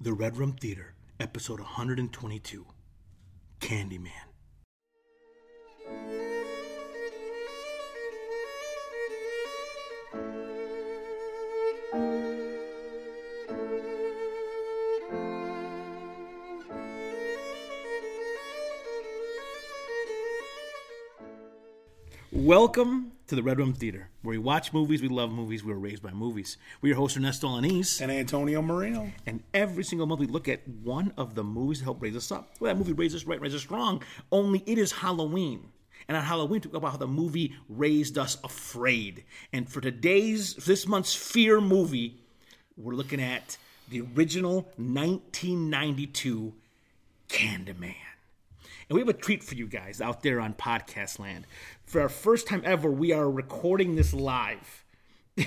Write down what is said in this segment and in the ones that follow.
The Red Room Theater, episode 122 Candyman. Welcome to the Red Room Theater, where we watch movies, we love movies, we were raised by movies. We're your host, Ernesto Lanise. and Antonio Marino. And every single month, we look at one of the movies to help raise us up. Well, that movie raised us right, raised us wrong. Only it is Halloween. And on Halloween, we talk about how the movie raised us afraid. And for today's, for this month's fear movie, we're looking at the original 1992 Candyman. And we have a treat for you guys out there on podcast land. For our first time ever, we are recording this live. so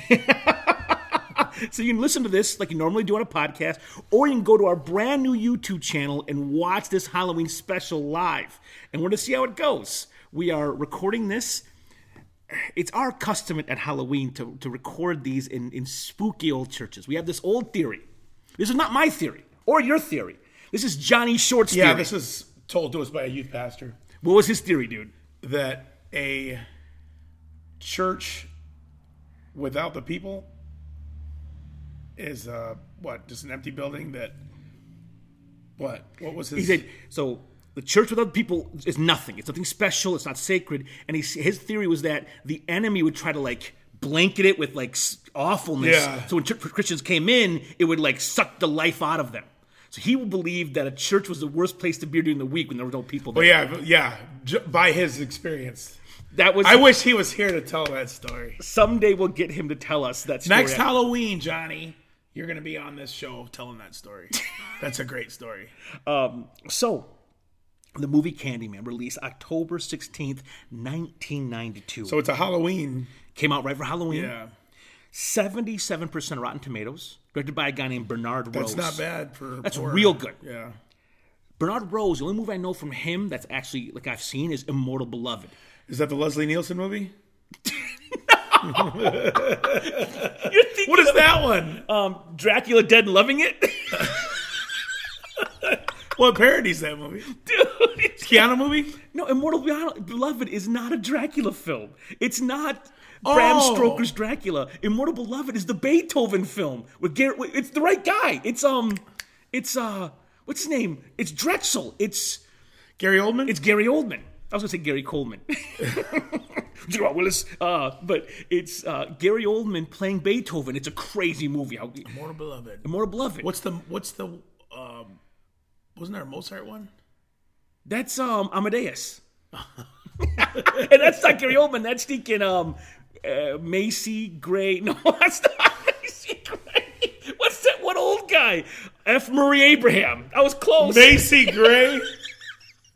you can listen to this like you normally do on a podcast, or you can go to our brand new YouTube channel and watch this Halloween special live. And we're going to see how it goes. We are recording this. It's our custom at Halloween to, to record these in, in spooky old churches. We have this old theory. This is not my theory or your theory. This is Johnny Short's Yeah, theory. this is told to us by a youth pastor What was his theory, dude? that a church without the people is uh what just an empty building that what what was his He said, so the church without people is nothing. It's nothing special. It's not sacred. And he, his theory was that the enemy would try to like blanket it with like s- awfulness. Yeah. So when church, Christians came in, it would like suck the life out of them. So he believed that a church was the worst place to be during the week when there were no people there. Well, Oh, yeah but- yeah j- by his experience That was. I wish he was here to tell that story someday we'll get him to tell us that story. next Halloween Johnny you're gonna be on this show telling that story that's a great story Um, so. The movie Candyman released October 16th, 1992. so it's a Halloween Came out right for Halloween. yeah Seventy-seven percent Rotten Tomatoes, directed by a guy named Bernard Rose. it's not bad for That's horror. real good. yeah. Bernard Rose. The only movie I know from him that's actually like I've seen is Immortal Beloved. Is that the Leslie Nielsen movie? You're thinking What is that one? um, Dracula Dead and Loving It, What parodies that movie? dude? it's- Keanu movie? No, Immortal Be- Beloved is not a Dracula film. It's not. Bram Oh. Stoker's Dracula. Immortal Beloved is the Beethoven film with Garrett. with- It's the right guy. It's um, it's uh, what's his name? It's Drexel. It's Gary Oldman? It's Gary Oldman. I was gonna say Gary Coleman. Gerard Willis. Uh, but it's uh, Gary Oldman playing Beethoven. It's a crazy movie. How Mortal Beloved. Immortal Beloved. What's the what's the um wasn't there a Mozart one? That's um Amadeus. and that's not Gary Oldman. That's thinking um uh, Macy Gray. No, that's not Macy Gray. What's that one old guy? F. Murray Abraham. I was close. Macy Gray?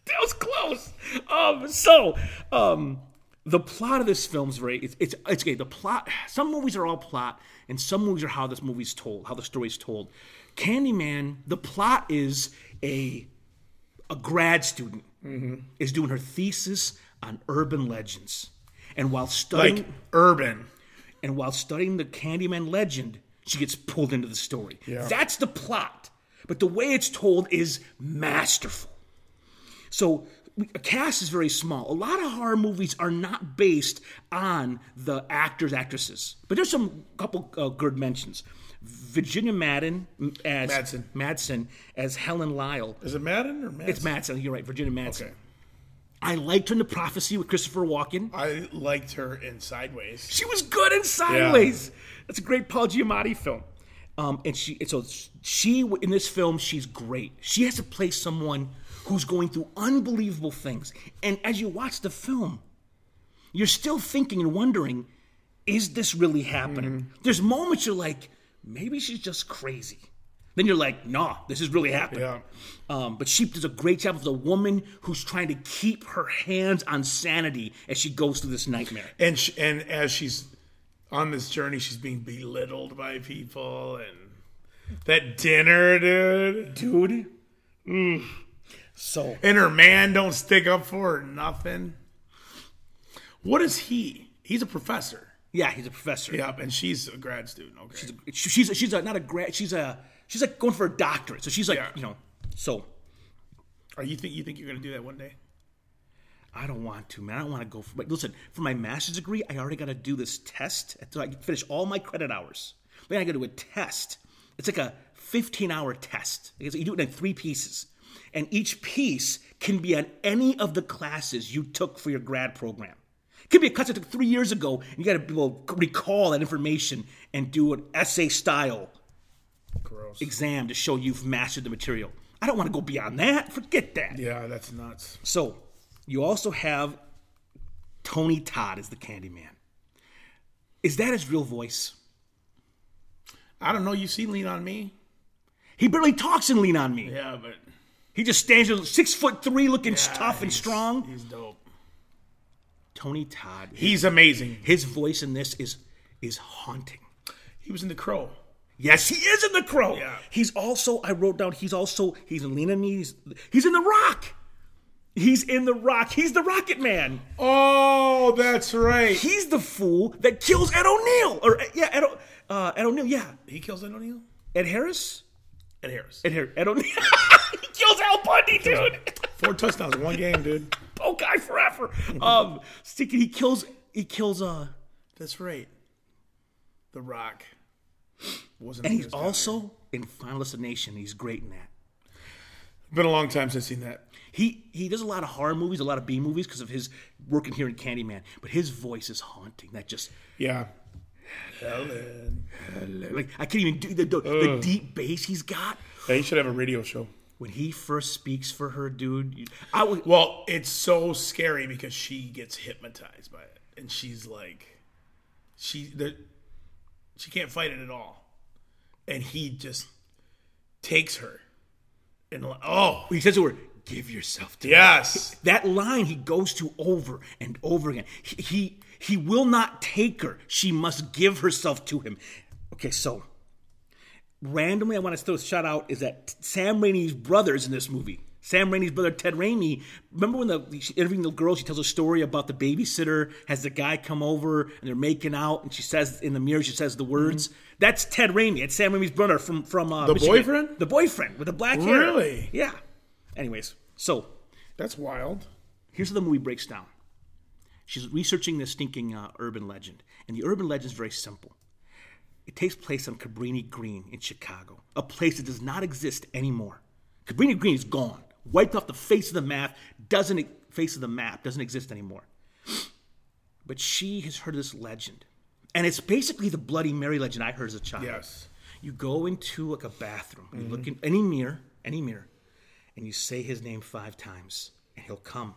that was close. Um, so, um, the plot of this film's very it's it's, it's okay. The plot. Some movies are all plot, and some movies are how this movie's told, how the story's told. Candyman. The plot is a a grad student is doing her thesis on urban legends, and while studying like urban. and while studying the Candyman legend, she gets pulled into the story. Yeah. That's the plot. But the way it's told is masterful. So we- a cast is very small. A lot of horror movies are not based on the actors, actresses. But there's some couple uh, good mentions. Virginia Madden m- as Madsen. Madsen as Helen Lyle. Is it Madden or Madden? It's Madsen. You're right, Virginia Madsen. Okay. I liked her in The Prophecy with Christopher Walken. I liked her in Sideways. She was good in Sideways. That's a great Paul Giamatti film. Um, and she, and so she in this film, she's great. She has to play someone who's going through unbelievable things. And as you watch the film, you're still thinking and wondering, is this really happening? There's moments you're like, maybe she's just crazy. Then you're like, nah, this is really happening. Yeah. Um, but she does a great job of the woman who's trying to keep her hands on sanity as she goes through this nightmare. And sh and as she's on this journey, she's being belittled by people and that dinner, dude. dude. So And her man don't stick up for her, nothing. What is he? He's a professor. yeah, he's a professor. Yep, and she's a grad student. Okay. She's she's, a, she's a, not a grad. She's a She's like going for a doctorate. So she's like, Yeah. you know, so Are you think you think you're going to do that one day? I don't want to, man. I don't want to go for. But listen, for my master's degree, I already got to do this test until I finish all my credit hours. Then I got to do a test. It's like a 15-hour test. It's- you do it in three pieces, and each piece can be on any of the classes you took for your grad program. It could be a class I took three years ago, and you got to be able to recall that information and do an essay style Gross. exam to show you've mastered the material. I don't want to go beyond that. Forget that. Yeah, that's nuts. So you also have Tony Todd as the Candyman. Is that his real voice? I don't know. You seen Lean on Me? He barely talks in Lean On Me. Yeah, but He just stands there, six foot three, looking tough and he's- strong. He's dope. Tony Todd. He's amazing. His voice in this is is haunting. He was in The Crow. Yes, he is in The Crow. Yeah. He's also. I wrote down. He's also. He's in Lean On Me. He's, he's in The Rock. He's in The Rock. He's the Rocket Man. Oh, that's right. He's the fool that kills Ed O'Neill. Or yeah, Ed, o, uh, Ed O'Neill. Yeah, He kills Ed O'Neill. Ed Harris. Ed Harris. And here, I don't. he kills Al Bundy, dude. Four touchdowns in one game, dude. Poor guy forever. Um, stick- he kills. He kills. Uh, That's right. The Rock wasn't. and he's also in Final Destination. He's great in that. been a long time since seen that. He he does a lot of horror movies, a lot of B movies because of his working here in Candyman. But his voice is haunting. That just Yeah. Helen. like I can't even do the the, the deep bass he's got Yeah, you should have a radio show. when he first speaks for her, dude. you- I was Well, it's so scary because she gets hypnotized by it, and she's like, she the, she can't fight it at all, and he just takes her, and like, oh he says to her, "Give yourself to yes, That line he goes to over and over again. He, he he will not take her. She must give herself to him. Okay, so randomly, I want to still shout out is that Sam Raimi's brother is in this movie. Sam Raimi's brother Ted Raimi. Remember when the she, interviewing the girl, she tells a story about the babysitter has the guy come over and they're making out, and she says in the mirror, she says the words. Mm-hmm. That's Ted Raimi. It's Sam Raimi's brother from from uh, the boyfriend? the boyfriend with the black hair. Really? Yeah. Anyways, so that's wild. Here's how the movie breaks down. She's researching this stinking uh, urban legend, and the urban legend is very simple. It takes place on Cabrini Green in Chicago, a place that does not exist anymore. Cabrini Green is gone, wiped off the face of the map. Doesn't e, face of the map doesn't exist anymore. But she has heard this legend, and it's basically the Bloody Mary legend I heard as a child. Yes. You go into like a bathroom, you look in any mirror, any mirror, and you say his name five times, and he'll come.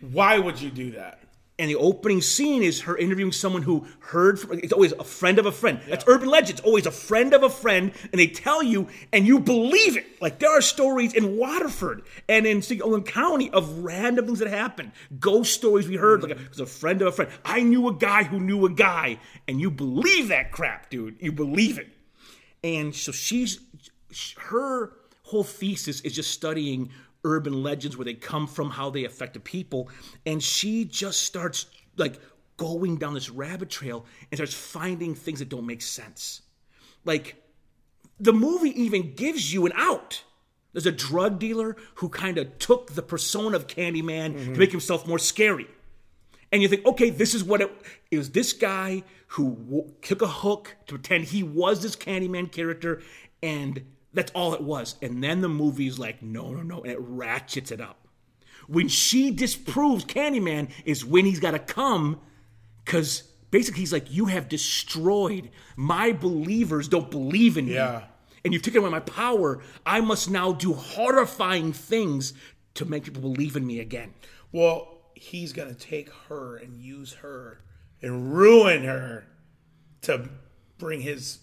Why would you do that? And the opening scene is her interviewing someone who heard from, it's always a friend of a friend. That's urban legends, always a friend of a friend, and they tell you, and you believe it. Like there are stories in Waterford and in St. Owen County of random things that happened, ghost stories we heard, like, because a friend of a friend. I knew a guy who knew a guy, and you believe that crap, dude. You believe it. And so she's sh- her whole thesis is just studying urban legends where they come from, how they affect the people, and she just starts like going down this rabbit trail and starts finding things that don't make sense. Like the movie even gives you an out. There's a drug dealer who kind of took the persona of Candyman to make himself more scary and you think, okay, this is what it, it was. This guy who w- took a hook to pretend he was this Candyman character, and that's all it was. And then the movie's like, no, no, no, and it ratchets it up. When she disproves Candyman is when he's got to come, because basically he's like, you have destroyed my believers. Don't believe in Yeah. me, and you've taken away my power. I must now do horrifying things to make people believe in me again. Well, he's gonna take her and use her and ruin her to bring his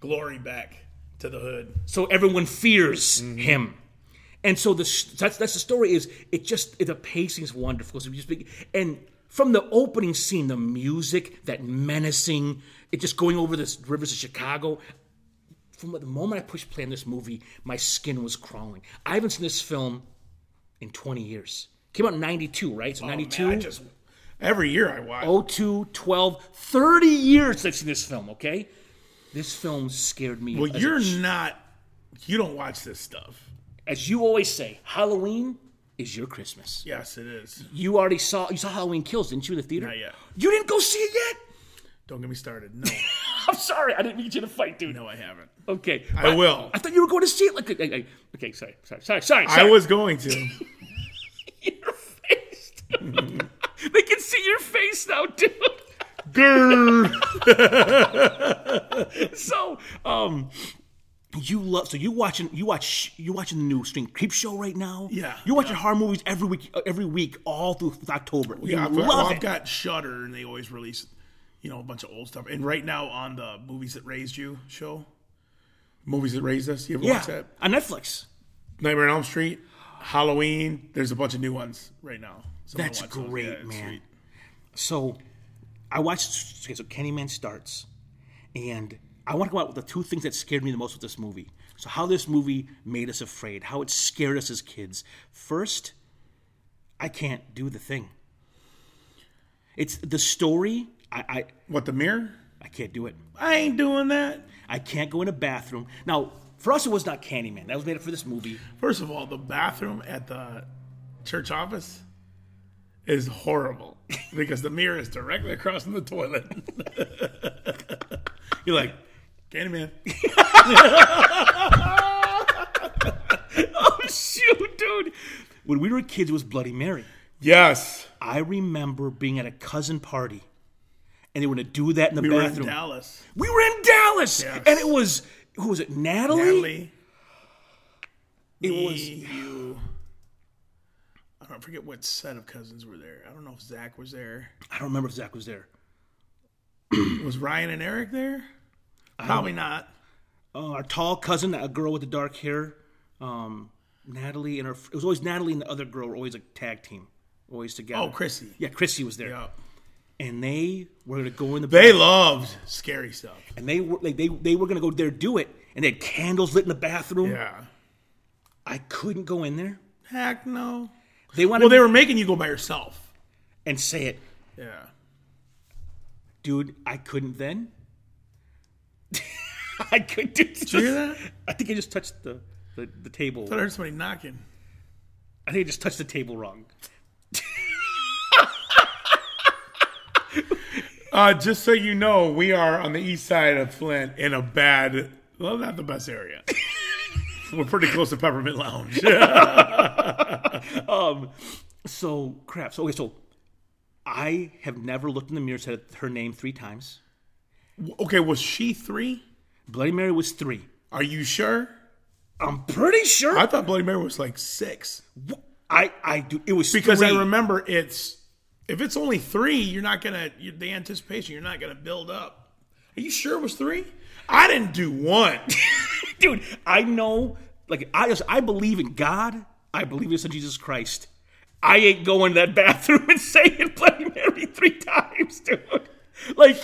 glory back to the hood. so everyone fears Mm-hmm. him. And so the s- that's that's the story. Is it just it, the pacing is wonderful? So you just be- and from the opening scene, the music, that menacing, it just going over the rivers of Chicago. From the moment I pushed play on this movie, my skin was crawling. I haven't seen this film in 20 years. Came out in 92, right? So 92, Oh, Man, I just every year I watch. Oh, 02, 12, 30 years I've seen this film, okay? This film scared me. well, as a you're ch- not You don't watch this stuff. As you always say, Halloween is your Christmas. Yes, it is. You already saw you saw Halloween Kills, didn't you, in the theater? Not yet. You didn't go see it yet. Don't get me started. No, I'm sorry, I didn't mean you to fight, dude. no, I haven't. Okay, I will. I thought you were going to see it. Like, like, like- okay, sorry, sorry, sorry, sorry. I sorry. was going to. your face. dude. they can see your face now, dude. Grr. So, um, you love so you watching you watch you watching the new stream creep show right now. Yeah, you're watching horror movies every week uh, every week all through October. You Yeah, I've, love well, it. I've got Shutter, and they always release, you know, a bunch of old stuff. And right now on the movies that raised you show, movies that raised us. You ever watch yeah, that? on Netflix. Nightmare on Elm Street, Halloween. There's a bunch of new ones right now. So I'm gonna That's watch those. great, Yeah, it's man. sweet. So I watched okay, so Candyman starts, and I want to go out with the two things that scared me the most with this movie. So how this movie made us afraid, how it scared us as kids. First, I can't do the thing. It's the story. I I, What the mirror? I can't do it. I ain't doing that. I can't go in a bathroom. Now, for us, it was not Candyman. That was made up for this movie. First of all, the bathroom at the church office is horrible because the mirror is directly across from the toilet. You're like, Candyman. Oh shoot, dude! When we were kids, it was Bloody Mary. Yes. I remember being at a cousin party, and they were gonna do that in the We were in bathroom. Dallas. we were in Dallas, Yes. and it was who was it? Natalie. Natalie, It me, was you. I don't forget what set of cousins were there. I don't know if Zach was there. I don't remember if Zach was there. Was Ryan and Eric there? Probably not. Uh, our tall cousin, a girl with the dark hair, um, Natalie, and her. It was always Natalie and the other girl were always a tag team, always together. Oh, Chrissy. Yeah, Chrissy was there, Yeah. and they were gonna go in the They loved scary stuff. and they were like they they were gonna go there do it, and they had candles lit in the bathroom. Yeah. I couldn't go in there. Heck no. They wanted Well, they were making you go by yourself. me- and say it. Yeah. dude, I couldn't then. I couldn't. do- Did you hear that? I think I just touched the, the, the table. I heard somebody knocking. I think I just touched the table wrong. Uh, just so you know, we are on the east side of Flint in a bad, well, not the best area. We're pretty close to Peppermint Lounge. Um, So crap. So okay. So I have never looked in the mirror. Said her name three times. okay, was she three? Bloody Mary was three. Are you sure? I'm pretty sure. I I thought Bloody Mary was like six I, do. It was because three. I remember it's if it's only three, you're not gonna you the anticipation. You're not gonna build up. Are you sure it was three? I didn't do one. dude. I know. Like I just I believe in God. I believe in the Son of Jesus Christ. I ain't going to that bathroom and saying Bloody Mary three times, dude. Like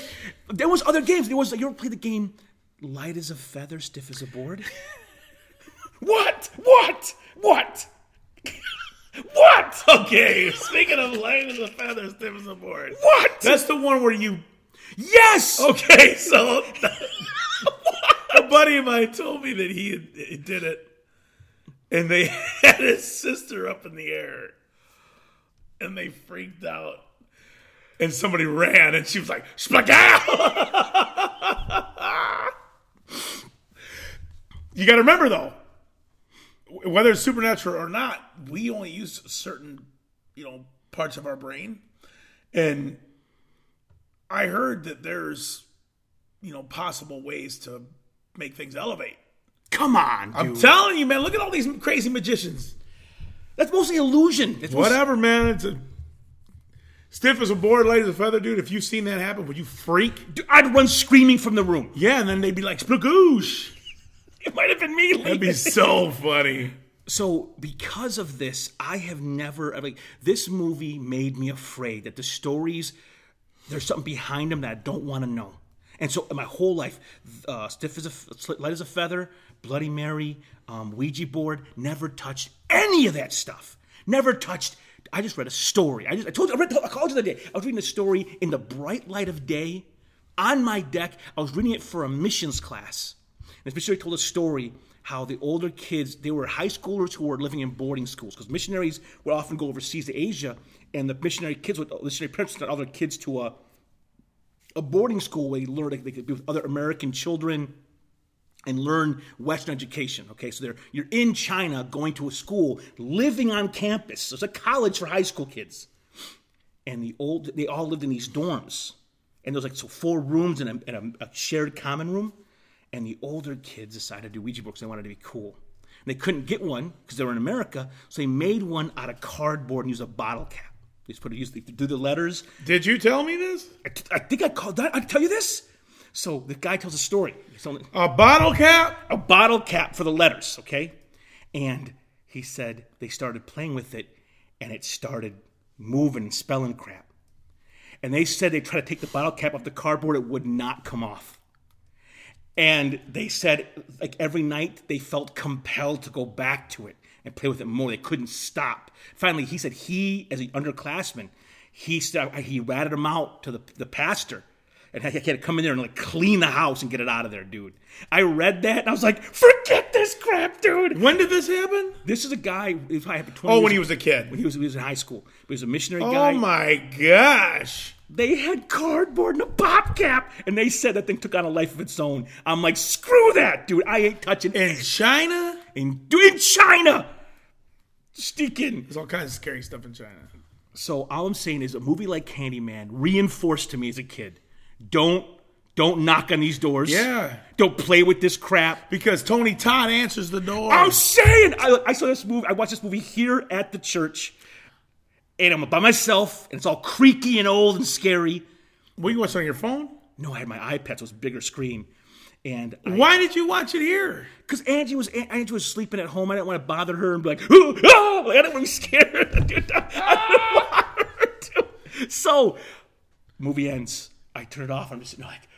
there was other games. There was like you ever play the game Light as a Feather, Stiff as a Board? what? What? What? what? okay, speaking of light as a feather, stiff as a board. What? That's the one where you yes. Okay, so a buddy of mine told me that he, had, he did it, and they had his sister up in the air, and they freaked out, and somebody ran, and she was like, "Splagow!" you got to remember though, wh- whether it's supernatural or not, we only use certain, you know, parts of our brain, and I heard that there's, you know, possible ways to make things elevate. Come on, dude. I'm telling you, man. Look at all these crazy magicians. That's mostly illusion. It's mostly- Whatever, man. It's a stiff as a board, light as a feather, dude. If you seen that happen, would you freak? Dude, I'd run screaming from the room. Yeah, and then they'd be like, "Splagoosh." It might have been me. That'd be so funny. so because of this i have never I mean, this movie made me afraid that the stories there's something behind them that i don't want to know and so my whole life uh, stiff as a f- light as a feather bloody mary um, ouija board never touched any of that stuff never touched i just read a story i just i told you i, read, I called you the other day i was reading a story in the bright light of day on my deck i was reading it for a missions class and this missionary told a story how the older kids they were high schoolers who were living in boarding schools because missionaries would often go overseas to Asia, and the missionary kids would missionary parents sent other kids to a a boarding school where they learned they could be with other American children and learn Western education. Okay, so they're, you're in China going to a school, living on campus. So it's a college for high school kids. And the old, they all lived in these dorms. And there's like so four rooms and, a, and a, a shared common room. And the older kids decided to do Ouija boards. They wanted to be cool. And they couldn't get one because they were in America. So they made one out of cardboard and used a bottle cap. They just put it, used to do the letters. Did you tell me this? I, I think I called that. I tell you this. So the guy tells a story. He's on- A bottle cap? a bottle cap for the letters, okay? And he said they started playing with it and it started moving and spelling crap. And they said they tried to take the bottle cap off the cardboard, it would not come off. And they said, like every night, they felt compelled to go back to it and play with it more. They couldn't stop. Finally, he said he, as an underclassman, he st- he ratted him out to the, the pastor, and he had to come in there and like clean the house and get it out of there, dude. I read that and I was like, forget this crap, dude. When did this happen? This is a guy. If I have twenty. Oh, years when he ago- was a kid. when he was he was in high school, he was a missionary Oh guy. my gosh. They had cardboard and a pop cap, and they said that thing took on a life of its own. I'm like, screw that, dude. I ain't touching In China? in, in China. Stinking. There's all kinds of scary stuff in China. So all I'm saying is a movie like Candyman reinforced to me as a kid. Don't don't knock on these doors. Yeah. Don't play with this crap. Because Tony Todd answers the door. I'm saying I, I saw this movie. I watched this movie here at the church, and I'm by myself, and it's all creaky and old and scary. Well, you watch it on your phone? No, I had my iPad, so it's a bigger screen, and I, Why did you watch it here? Because Angie was An- Angie was sleeping at home. I didn't want to bother her and be like, "Ooh, ah!" Like, I didn't want to be scared. Dude, I didn't want her to. So, movie ends. I turn it off. I'm just sitting there like,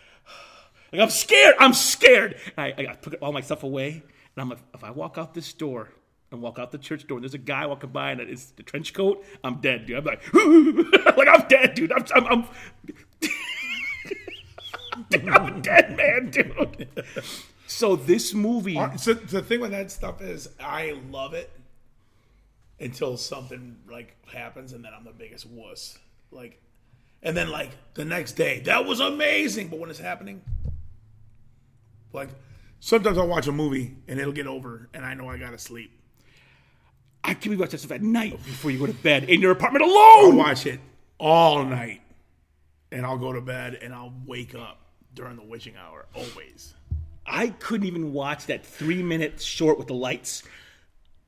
like I'm scared. I'm scared. And I, I, I put all my stuff away, and I'm like, if I walk out this door and walk out the church door, and there's a guy walking by and it's the trench coat, I'm dead, dude. I'm like, like I'm dead, dude. I'm, I'm, I'm, I'm dead, man, dude. So this movie. Uh, So the thing with that stuff is, I love it until something like happens, and then I'm the biggest wuss. Like, and then like the next day, that was amazing. But when it's happening, like sometimes I'll watch a movie and it'll get over, and I know I gotta sleep. I can be watching stuff at night before you go to bed in your apartment alone. I'll watch it all night, and I'll go to bed, and I'll wake up during the witching hour always. I couldn't even watch that three minute short with the lights.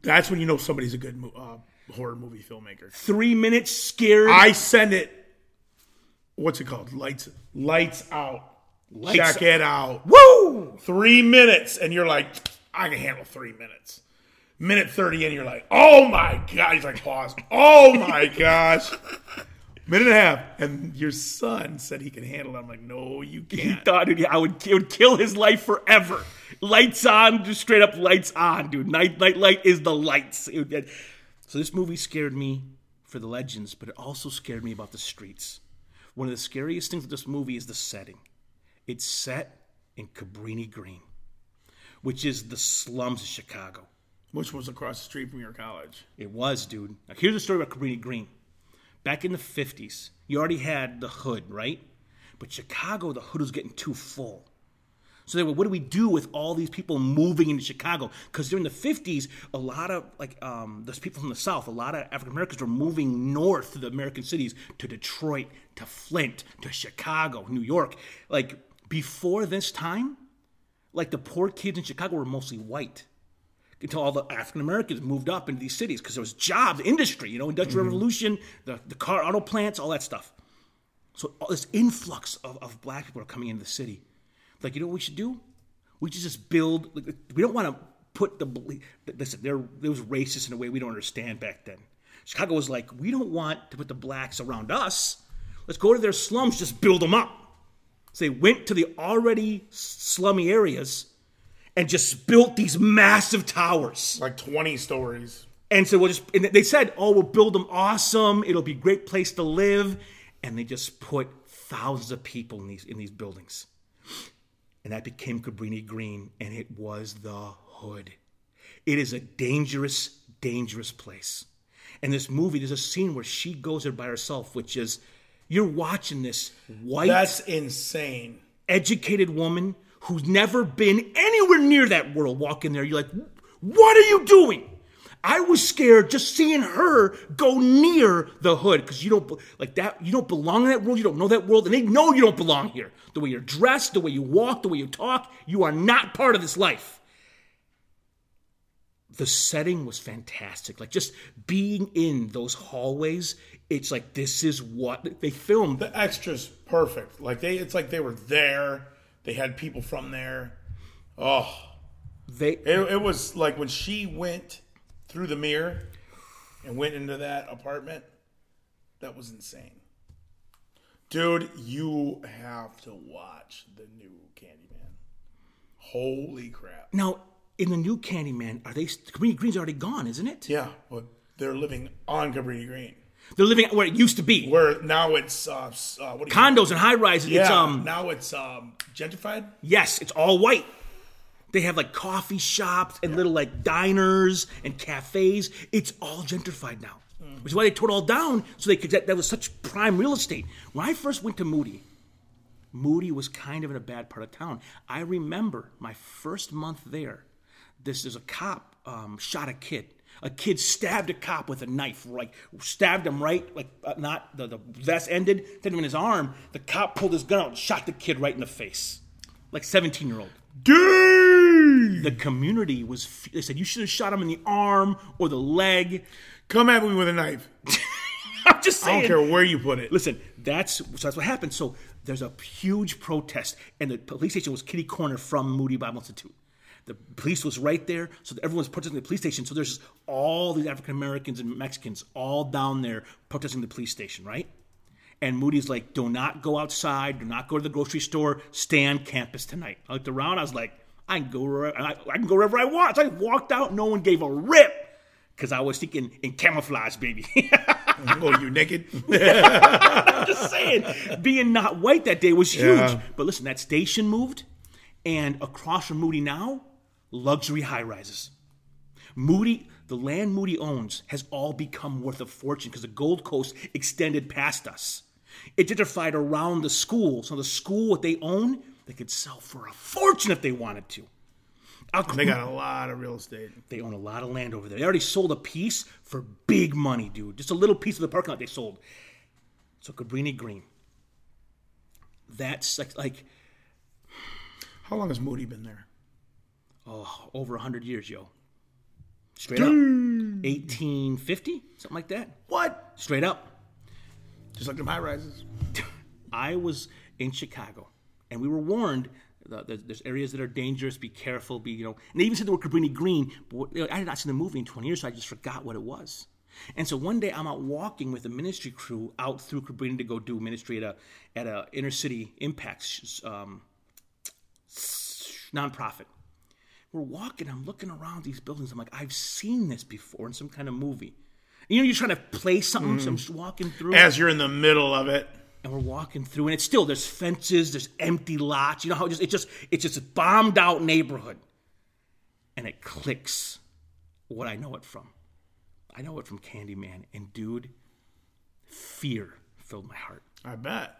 That's when you know somebody's a good mo- uh, horror movie filmmaker. Three minutes scared. I send it. What's it called? Lights. Lights out. Lights- Check it out. Woo! Three minutes, and you're like, I can handle three minutes. Minute thirty, and you're like, Oh my god! He's like, pause. Oh my gosh. Minute and a half, and your son said he can handle it. I'm like, No, you He can't. thought dude, I would it would kill his life forever. Lights on, just straight up lights on, dude. Night night light is the lights. It would get- so this movie scared me for the legends, but it also scared me about the streets. One of the scariest things with this movie is the setting. It's set in Cabrini Green, which is the slums of Chicago. Which was across the street from your college. It was, dude. Now, here's a story about Cabrini Green. Back in the 50s, you already had the hood, right? But Chicago, the hood was getting too full. So they were, what do we do with all these people moving into Chicago? Because during the 50s, a lot of, like, um, those people from the South, a lot of African Americans were moving north to the American cities, to Detroit, to Flint, to Chicago, New York. Like, before this time, like, the poor kids in Chicago were mostly white until all the African Americans moved up into these cities because there was jobs, industry, you know, industrial revolution, the, the car auto plants, all that stuff. So all this influx of, of black people are coming into the city. Like, you know what we should do? We should just build. Like, we don't want to put the. bel- Listen, there there was racist in a way we don't understand back then. Chicago was like, we don't want to put the blacks around us. Let's go to their slums, just build them up. So they went to the already slummy areas and just built these massive towers. Like twenty stories. And so we'll just, and they said, oh, we'll build them awesome. It'll be a great place to live. And they just put thousands of people in these, in these buildings. And that became Cabrini Green, and it was the hood. It is a dangerous, dangerous place. And this movie, there's a scene where she goes there by herself, which is you're watching this white, That's insane. educated woman who's never been anywhere near that world walk in there. You're like, what are you doing? I was scared just seeing her go near the hood because you don't be- like that. You don't belong in that world. You don't know that world, and they know you don't belong here. The way you're dressed, the way you walk, the way you talk, you are not part of this life the setting was fantastic. Like just being in those hallways, it's like this is what they filmed. The extras perfect. Like they, it's like they were there. They had people from there. Oh, They it, it was like when she went through the mirror and went into that apartment. That was insane, dude. You have to watch the new Candyman. Holy crap! now in the new Candyman, are they? Cabrini Green's already gone, isn't it? Yeah, but they're living on Cabrini Green, They're living where it used to be. where now it's uh, s- uh what do you Condos and high rises. Yeah, It's um now it's um gentrified. yes, it's all white. They have like coffee shops and little like diners and cafes. It's all gentrified now, which is why they tore it all down. So they could that, that was such prime real estate. When I first went to Moody, Moody was kind of in a bad part of town. I remember my first month there. This is a cop um, shot a kid. A kid stabbed a cop with a knife, like stabbed him right, like uh, not the, the vest ended, stabbed him in his arm. The cop pulled his gun out, and shot the kid right in the face, like seventeen year old Dude, the Mm. community was f- they said you should have shot him in the arm or the leg come at me with a knife. i'm just I saying don't care where you put it. listen that's so that's what happened so there's a huge protest and the police station was kitty corner from moody bible institute the police was right there so everyone's protesting the police station so there's all these african americans and mexicans all down there protesting the police station right and Moody's like, do not go outside, do not go to the grocery store, stay on campus tonight. I looked around, I was like, I can go wherever I, I can go wherever I want. So I walked out, no one gave a rip. Cause I was thinking in camouflage, baby. oh, you naked? I'm just saying, being not white that day was huge. Yeah. But listen, that station moved, and across from Moody now, luxury high rises. Moody, the land Moody owns, has all become worth a fortune because the Gold Coast extended past us. It gentrified around the school, so the school what they own they could sell for a fortune if they wanted to. Al- They got a lot of real estate. they own a lot of land over there. They already sold a piece for big money, dude. Just a little piece of the parking lot they sold. So Cabrini Green. That's like, like How long has Moody been there? oh, over 100 years, yo. Straight up. 1850, something like that. What? Straight up. Just like them high rises. I was in Chicago, and we were warned that that there's areas that are dangerous. Be careful. Be you know. And they even said the word Cabrini Green. But what- you know, I had not seen the movie in 20 years, so I just forgot what it was. And so one day I'm out walking with the ministry crew out through Cabrini to go do ministry at a at a inner city impact sh- um, nonprofit. We're walking. I'm looking around these buildings. I'm like, I've seen this before in some kind of movie. You know, you're trying to play something. So I'm just walking through As you're in the middle of it. and we're walking through, and it's still there's fences, there's empty lots. You know how it just it just it's just a bombed out neighborhood, and it clicks. What I know it from, I know it from Candyman, and dude, fear filled my heart. I bet.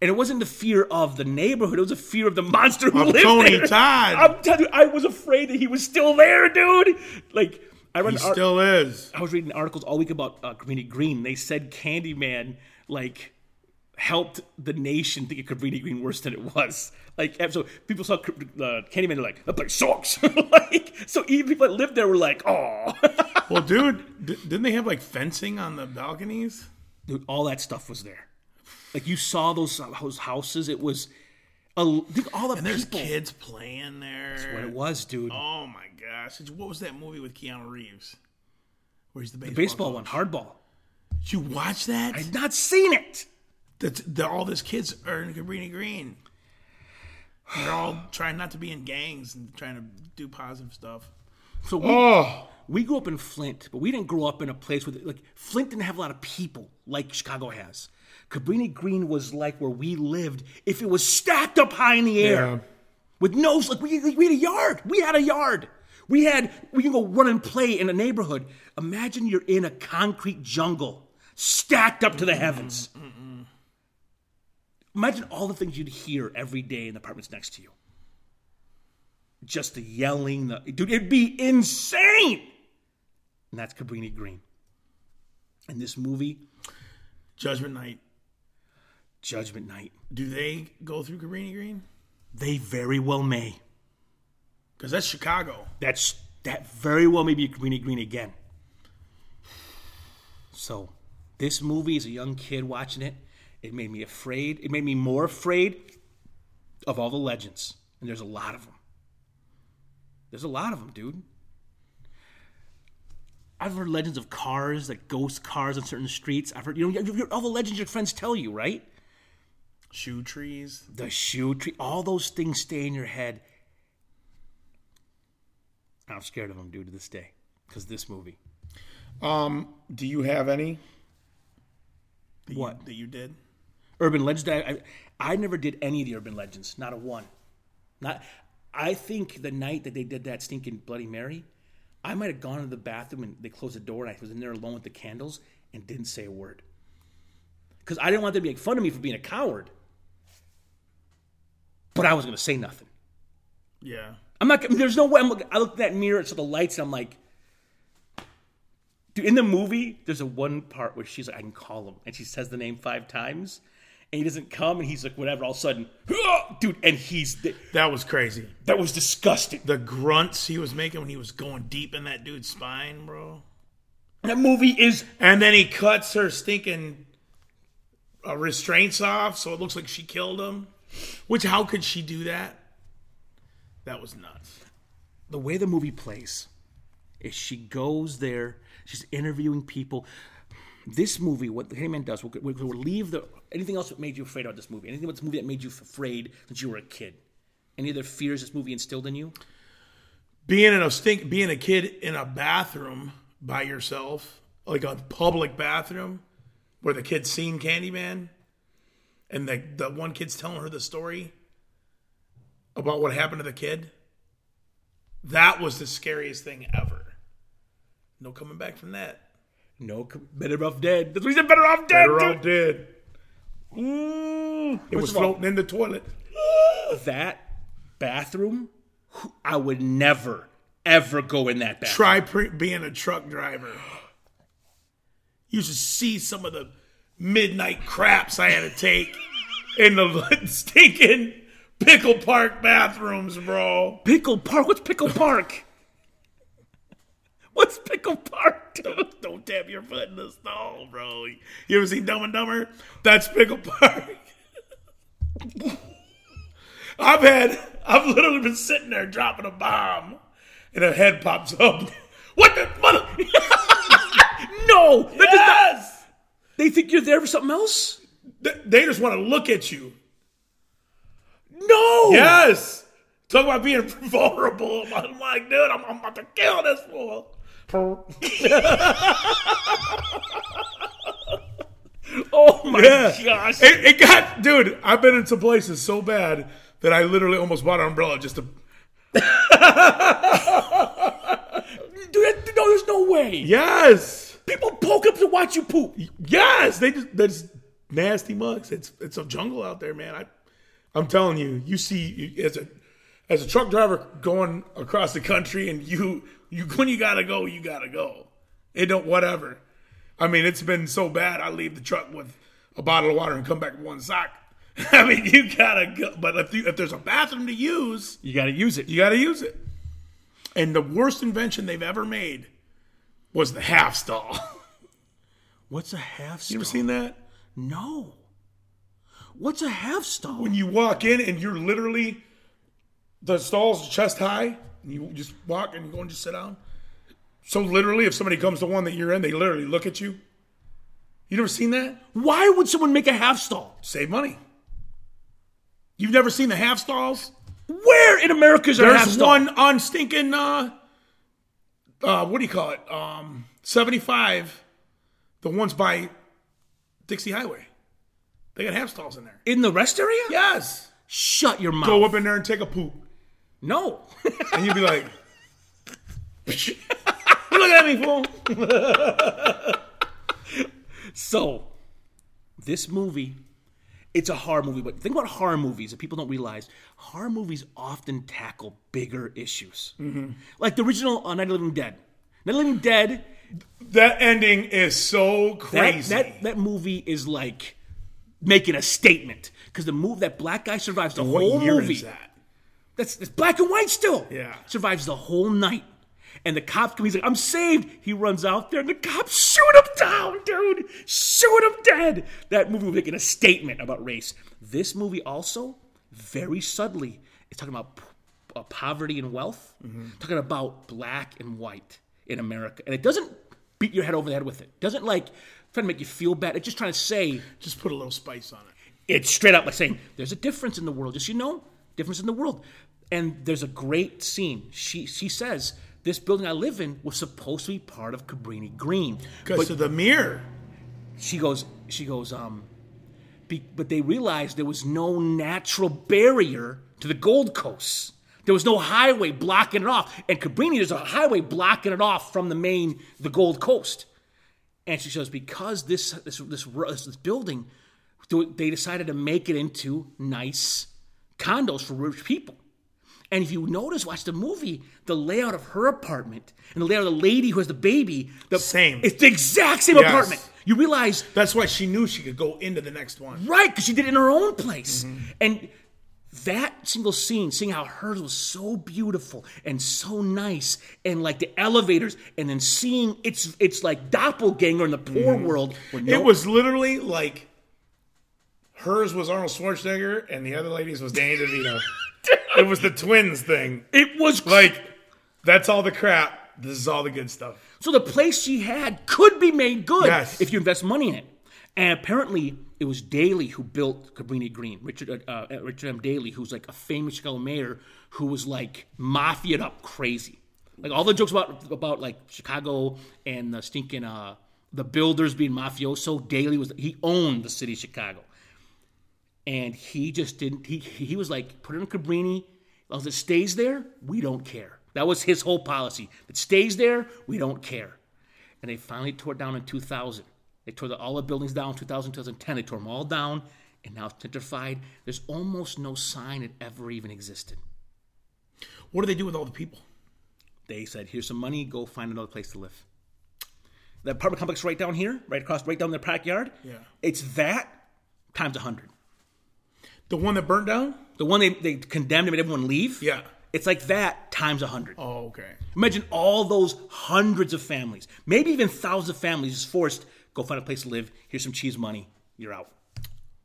And it wasn't the fear of the neighborhood; it was a fear of the monster who lived Tony there. Todd. I'm telling you, I was afraid that he was still there, dude. Like I read He an ar- still is. I was reading articles all week about uh, Cabrini Green. They said Candyman like helped the nation think of Cabrini Green worse than it was. Like and so, people saw Cab- uh, Candyman. They're like, "That place sucks." like so, even people that lived there were like, "Oh." Well, dude, d- didn't they have like fencing on the balconies? Dude, all that stuff was there. Like you saw those uh, those houses. It was a, think all the There's people. kids playing there. What it was, dude. Oh my gosh! It's- What was that movie with Keanu Reeves? Where's the baseball? Baseball coach? one, hardball. Did you watch that? I'd not seen it. That's the, all these kids are in Cabrini Green. And They're all trying not to be in gangs and trying to do positive stuff. So we, Oh, we grew up in Flint, but we didn't grow up in a place where like Flint didn't have a lot of people like Chicago has. Cabrini Green was like where we lived if it was stacked up high in the air Yeah. with no like we, we had a yard. We had a yard. We had, we can go run and play in a neighborhood. Imagine you're in a concrete jungle stacked up to the heavens. Imagine all the things you'd hear every day in the apartments next to you. Just the yelling, the, dude, it'd be insane. And that's Cabrini Green. And this movie, Judgment Night. Judgment Night, Do they go through Cabrini Green? they very well may. Because that's Chicago. That's that very well may be Cabrini Green again. So, this movie as a young kid watching it, it made me afraid. It made me more afraid of all the legends, and there's a lot of them. There's a lot of them, dude. I've heard legends of cars, like ghost cars on certain streets. I've heard, you know, you- you- all the legends your friends tell you, right? Shoe trees. the shoe tree, all those things stay in your head. I'm scared of them, dude, to this day, because this movie. Um, do you have any? That you- What? that you did? Urban legends. that I, I I never did any of the urban legends. Not a one. Not. I think the night that they did that stinking Bloody Mary, I might have gone to the bathroom and they closed the door and I was in there alone with the candles and didn't say a word. Because I didn't want them to make fun of me for being a coward. But I was going to say nothing. Yeah. I'm not. There's no way. I'm looking, I look at that mirror, so the lights, and I'm like, dude. In the movie, there's a one part where she's like, I can call him, and she says the name five times, and he doesn't come, and he's like, whatever. All of a sudden, "Ah!" dude, and he's That was crazy. that was disgusting. The grunts he was making when he was going deep in that dude's spine, bro. That movie is And then he cuts her stinking uh, restraints off, so it looks like she killed him. Which, how could she do that? That was nuts. the way the movie plays is she goes there, she's interviewing people. This movie, what the Hangman does, will will will leave the anything else that made you afraid of this movie, anything about this movie that made you afraid since you were a kid, any other fears this movie instilled in you. Being in a stink, being a kid in a bathroom by yourself, like a public bathroom, where the kid's seen Candyman, and the the one kid's telling her the story about what happened to the kid. That was the scariest thing ever. No coming back from that. No, com- better off dead. That's what he said. Better off dead. They're all dude. dead. It was of all- floating in the toilet. That bathroom, who- I would never, ever go in that bathroom. Try pre- being a truck driver. You should see some of the midnight craps I had to take in the stinking Pickle Park bathrooms, bro. Pickle Park. What's Pickle Park? What's Pickle Park, dude? Don't tap your foot in the stall, bro. You ever seen Dumb and Dumber? That's Pickle Park. I've had, I've literally been sitting there dropping a bomb, and a head pops up. What the mother? No, that does not- yes! they think you're there for something else. Th- They just want to look at you. No. Yes! Talk about being vulnerable. I'm like, dude, I'm, I'm about to kill this fool. Oh my Yeah. gosh. It, it got, dude. I've been into places so bad that I literally almost bought an umbrella just to. dude, that- no, there's no way. Yes, People poke up to watch you poop. yes. They just they're just nasty mugs. It's it's a jungle out there, man. I, I'm telling you. You see, you, as a as a truck driver going across the country, and you you when you gotta go, you gotta go. It don't whatever. I mean, it's been so bad. I leave the truck with a bottle of water and come back with one sock. I mean, you gotta go. But if you if there's a bathroom to use. You gotta use it. You got to use it. And the worst invention they've ever made was the half stall. What's a half stall? you ever seen that? No. What's a half stall? When you walk in and you're literally the stall's chest high, and you just walk and you go and just sit down. So literally, if somebody comes to one that you're in, they literally look at you. You never seen that? Why would someone make a half stall? Save money. You've never seen the half stalls? Where in America is there a half There's stall? one on stinking uh, uh, what do you call it? Um, seventy five. The ones by Dixie Highway. They got half stalls in there. in the rest area? Yes. Shut your mouth. Go up in there and take a poop, No. and you'd be like, Look at me, fool. so, this movie, it's a horror movie, but think about horror movies that people don't realize. Horror movies often tackle bigger issues. Like the original uh, Night of the Living Dead. Night of the Living Dead, That ending is so that, crazy. that, that movie is like making a statement. Because the move that black guy survives the what whole year movie. is that? That's it's black and white still. Yeah. Survives the whole night. And the cops come, he's like, I'm saved. He runs out there and the cops shoot him down, dude. Shoot him dead. That movie was making a statement about race. This movie also, very subtly, is talking about p- uh, poverty and wealth, talking about black and white in America. And it doesn't beat your head over the head with it. Doesn't like trying to make you feel bad. It's just trying to say, Just put a little spice on it. it's straight up like saying there's a difference in the world just you know difference in the world and there's a great scene she she says this building i live in was supposed to be part of cabrini green Because of the mirror. she goes she goes um be, but they realized there was no natural barrier to the gold coast there was no highway blocking it off and cabrini there's a highway blocking it off from the main the gold coast and she says because this this this, ro- this building they decided to make it into nice condos for rich people and if you notice, watch the movie, the layout of her apartment and the layout of the lady who has the baby, the Same. It's the exact same Yes. apartment. You realize, That's why she knew she could go into the next one. right? Because she did it in her own place, Mm-hmm. and that single scene, seeing how hers was so beautiful and so nice, and like the elevators, and then seeing it's it's like doppelganger in the poor world. where no- Mm-hmm. It was literally like hers was Arnold Schwarzenegger and the other ladies was Danny DeVito. it was the twins thing. it was Like, that's all the crap. This is all the good stuff. So the place she had could be made good Yes. if you invest money in it. And apparently, it was Daley who built Cabrini Green. Richard uh, uh, Richard M. Daley, who's like a famous Chicago mayor, who was like mafiaed up crazy. Like all the jokes about about like Chicago and the stinking uh, the builders being mafioso. Daley was he owned the city of Chicago and he just didn't. He he was like, put it in Cabrini. As long as it stays there, we don't care. That was his whole policy. If it stays there, we don't care. And they finally tore it down in 2000. They tore the, all the buildings down in 2000, 2010. They tore them all down, and now it's gentrified. There's almost no sign it ever even existed. What do they do with all the people? They said, here's some money, go find another place to live. The apartment complex right down here, right across, right down their backyard. Yeah. It's that times 100. The one that burned down? The one they, they condemned and made everyone leave. Yeah. It's like that times a 100. Oh, okay. Imagine all those hundreds of families, maybe even thousands of families, just forced go find a place to live. Here's some cheese money. You're out.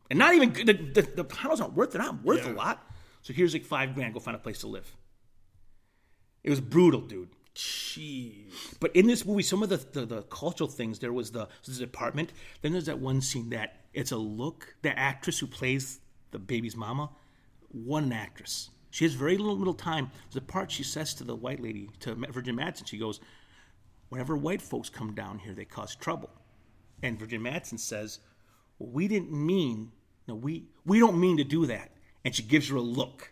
And not even the, the, the houses aren't worth. They're not worth a Yeah. lot. So here's like five grand. Go find a place to live. It was brutal, dude. Jeez. But in this movie, some of the, the, the cultural things, there was the so there's apartment. Then there's that one scene that it's a look. The actress who plays the baby's mama, what an actress. She has very little, little time. The part she says to the white lady, to Ma- Virgin Madsen, she goes, Whenever white folks come down here, they cause trouble. And Virgin Madsen says, well, We didn't mean, no, we, we don't mean to do that. And she gives her a look.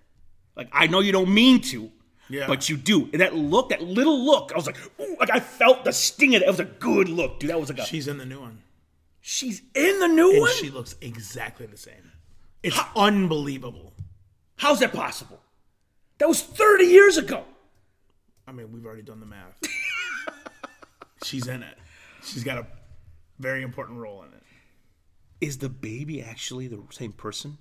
Like, I know you don't mean to, Yeah. but you do. And that look, that little look, I was like, Ooh, like I felt the sting of that. It was a good look, dude. That was like a, She's in the new one. she's in the new And one? she looks exactly the same. It's unbelievable. How's that possible? That was 30 years ago. I mean, we've already done the math. She's in it. She's got a very important role in it. Is the baby actually the same person?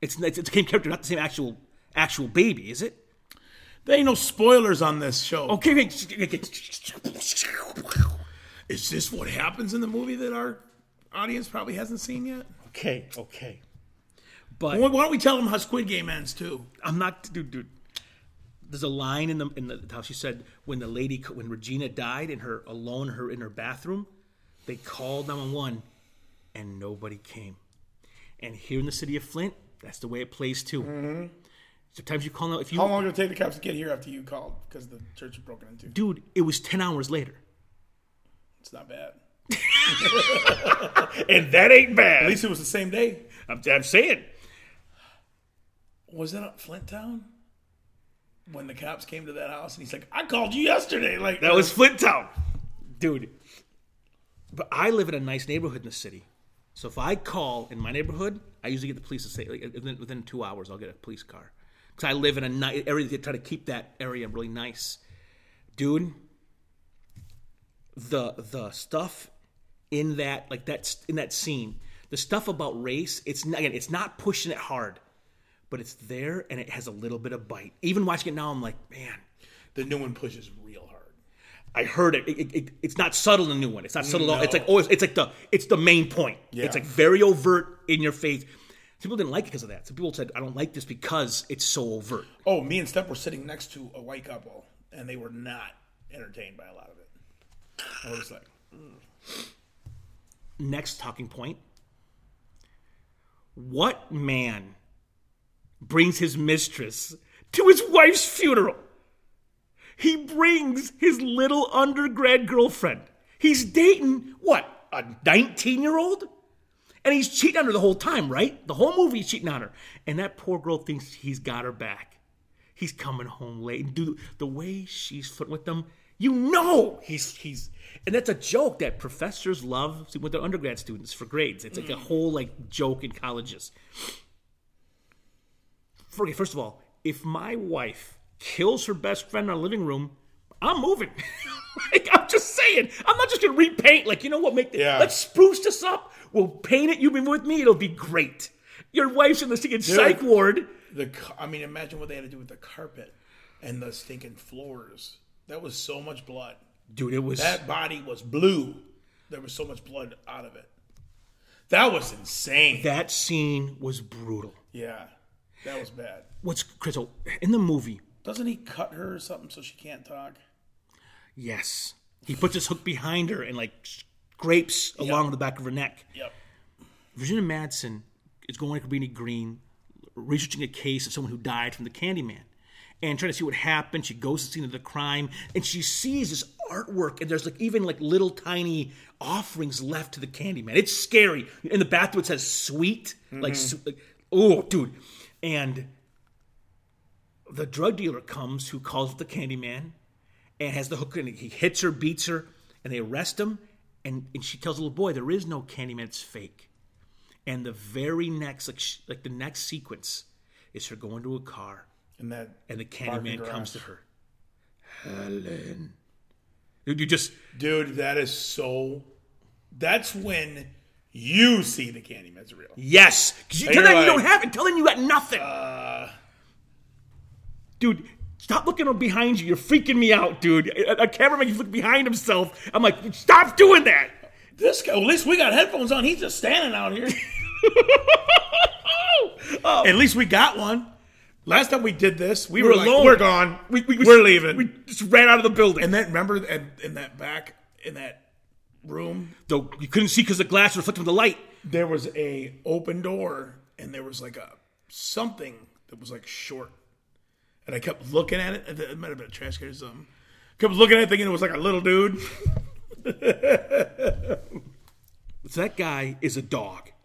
It's, it's, it's the same character, not the same actual actual baby, is it? There ain't no spoilers on this show. Okay, wait. Is this what happens in the movie that our audience probably hasn't seen yet? Okay, okay. Why But why don't we tell them how Squid Game ends too? I'm not, dude. dude. There's a line in the in the how she said when the lady co- when Regina died in her alone her in her bathroom, they called 911, and nobody came. And here in the city of Flint, that's the way it plays too. Sometimes you call out if you How long did it take the cops to get here after you called? Because the church was broken into. dude, it was ten hours later, It's not bad. and that ain't At bad. least it was the same day. I'm, I'm saying Was that Flint Town? when the cops came to that house and he's like, I called you yesterday. Like That was Flint Town. Dude. But I live in a nice neighborhood in the city. So if I call in my neighborhood, I usually get the police to say, like, uh, within, within two hours, I'll get a police car. Because I live in a nice area, they try to keep that area really nice. Dude, the the stuff in that, like that, in that scene, the stuff about race, it's not, again, it's not pushing it hard, but it's there and it has a little bit of bite. Even watching it now, I'm like, man, the new one pushes real hard. I heard it. It, it, it- It's not subtle in the new one. It's not subtle at all. It's like oh, it's, it's like the it's the main point. It's like very overt in your face. Some people didn't like it because of that. Some people said I don't like this because it's so overt. Oh, me and Step were sitting next to a white couple, and they were not entertained by a lot of it. I was like, Next talking point. What man brings his mistress to his wife's funeral? He brings his little undergrad girlfriend. He's dating what a nineteen-year-old. And he's cheating on her the whole time, right? The whole movie he's cheating on her. And that poor girl thinks he's got her back. He's coming home late. And dude, the way she's flirting with them, you know he's he's and that's a joke that professors love with their undergrad students for grades. It's like a whole like joke in colleges. Okay, first of all, if my wife kills her best friend in our living room, I'm moving. like I'm just saying, I'm not just gonna repaint. Like you know what? Make the, Yeah. let's spruce this up. We'll paint it. You've been with me. It'll be great. Your wife's in the stinking psych ward. the ca- I mean, imagine what they had to do with the carpet and the stinking floors. That was so much blood. Dude, it was That body was blue. There was so much blood out of it. That was insane. that scene was brutal. yeah, that was bad. What's Crystal in the movie? Doesn't he cut her or something so she can't talk? Yes, he puts his hook behind her and like scrapes along the back of her neck. Yep. Virginia Madsen is going to Cabrini Green, researching a case of someone who died from the Candyman, and trying to see what happened. She goes to the scene of the crime, and she sees this artwork, and there's like even like little tiny offerings left to the Candyman. It's scary. In the bathroom, it says "sweet," like, su- like, oh, dude, and the drug dealer comes who calls the Candyman and has the hook and he hits her, beats her, and they arrest him. And, and she tells the little boy, there is no Candyman, it's fake. And the very next, like, sh- like the next sequence is her going to a car And that and the Parking Candyman garage. comes to her. Helen. Dude, you just, Dude, that is so. That's when you see the Candyman's real. yes. 'Cause you- Until you're then, you like, uh, don't have it. Until then, you got nothing. Dude, stop looking behind you. You're freaking me out, dude. A, a cameraman can look behind himself. I'm like, stop doing that. This guy, at least we got headphones on. He's just standing out here. At least we got one. Last time we did this, we Oh. were, were like, alone. We're gone. We, we, we are leaving. We just ran out of the building. and then remember in, in that back in that room, though you couldn't see because the glass reflected from the light. there was a open door, and there was like a something that was like short, and I kept looking at it. It might have been a trash can or something. Kept looking at it, thinking it was like a little dude. So that guy is a dog.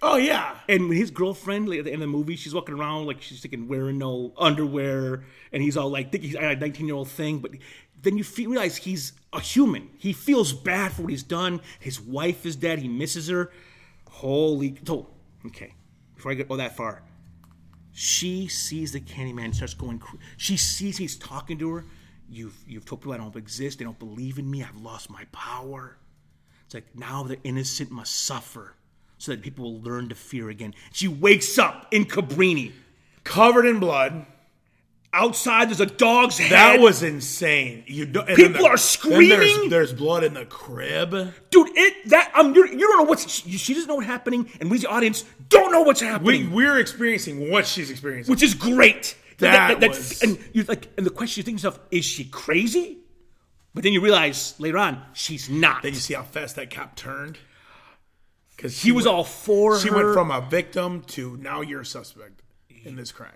Oh yeah, And his girlfriend like, at the end of the movie, she's walking around like she's thinking wearing no underwear, and he's all like, think he's a 19 year old thing. But then you feel, realize he's a human. He feels bad for what he's done. His wife is dead. He misses her. Holy. Oh, okay. Before I get all that far, she sees the Candyman and starts going. cr- She sees he's talking to her. You've, you've told people I don't exist. They don't believe in me. I've lost my power. It's like now the innocent must suffer so that people will learn to fear again. She wakes up in Cabrini. covered in blood. Outside, there's a dog's That head. was insane. You do and then People are then screaming? There's, there's blood in the crib. dude. It that um, you're, you don't know what's she, she doesn't know what's happening, and we, the audience, don't know what's happening, We, we're experiencing what she's experiencing. which is great. That was- and you like, and the question you think to yourself is she crazy? But then you realize later on she's not. you see how fast that cop turned? Because he was all for She her. went from a victim to now you're a suspect in this crime.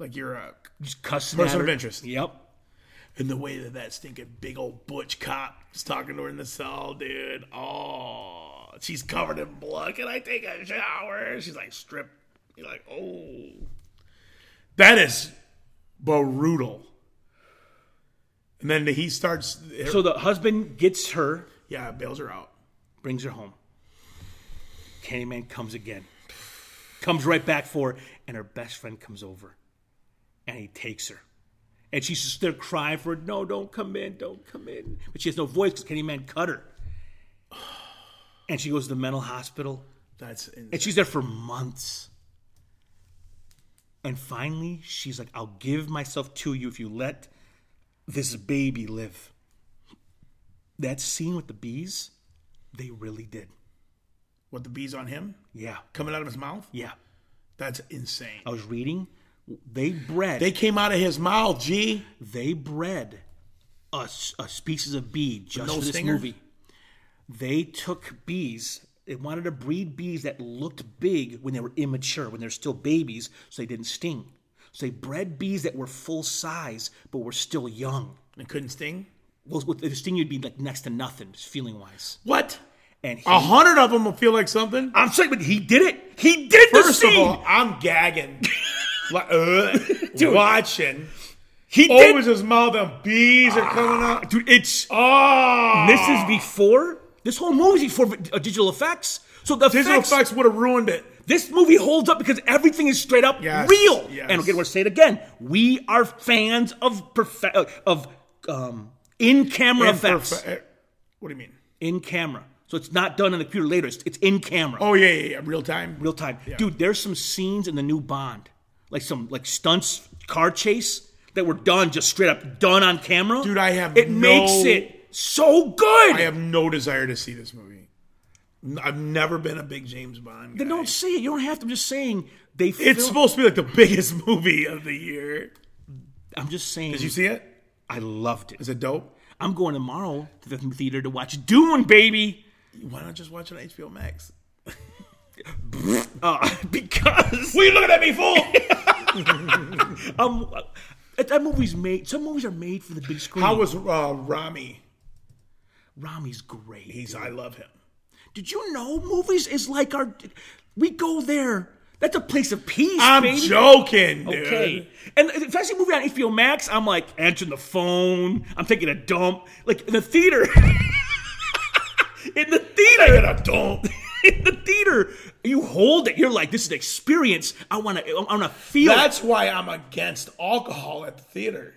Like you're a. Just cussing person at of her. interest. Yep. And the way that that stinking big old butch cop is talking to her in the cell, dude. Oh, she's covered in blood. Can I take a shower? She's like stripped. You're like, oh, that is brutal. And then he starts. So the husband gets her, yeah, bails her out. brings her home. Candyman comes again, comes right back for her, and her best friend comes over, and he takes her. And she's just there crying for, no, don't come in, don't come in. But she has no voice because Candyman cut her. And she goes to the mental hospital, That's insane. and she's there for months. And finally, she's like, I'll give myself to you if you let this baby live. That scene with the bees, they really did. what the bees on him Yeah, coming out of his mouth. yeah. That's insane. I was reading. They bred. They They, came out of his mouth. Gee, bred a, s- a species of bee just no for this stinger? movie. They took bees. They wanted to breed bees that looked big when they were immature, when they're still babies, so they didn't sting. So they bred bees that were full size but were still young. and couldn't sting. Well, with the sting, you'd be like next to nothing, just feeling wise. What? And he, A hundred of them will feel like something. I'm sorry, but he did it. He did the First of scene. all, I'm gagging, like, uh, watching. he did. Opens his mouth and bees are coming out. dude, it's Oh, This is before. This whole movie's before vi- uh, digital effects. So the digital effects, effects would have ruined it. This movie holds up because everything is straight up Yes, real. yes. And again, we'll say it again. We are fans of perfe- uh, of um, in camera effects. Imperfe- eh, What do you mean? in camera. So it's not done on the computer later. It's, it's in camera, Oh yeah, yeah, yeah. real time. real time. Dude, there's some scenes in the new Bond, like some like stunts, car chase that were done just straight up done on camera. Dude, I have it no- makes it so good. I have no desire to see this movie. N- I've never been a big James Bond. Then guy. don't say it. You don't have to. I'm just saying they. It's film- supposed to be like the biggest movie of the year. I'm just saying. Did you see it? I loved it. Is it dope? I'm going tomorrow to the theater to watch Dune, baby. Why not just watch it on HBO Max? Uh, because What are you looking at me for? um, uh, that movie's made. Some movies are made for the big screen. How was uh, Rami? Rami's great. He's I love him. Did you know movies is like our? We go there. That's a place of peace, I'm baby. joking, dude. Okay. And if I see a movie on HBO Max, I'm like answering the phone. I'm taking a dump. Like in the theater. in the theater. You're a dope. in the theater, you hold it. You're like, this is an experience. I want to. I want to feel. it. That's why I'm against alcohol at the theater.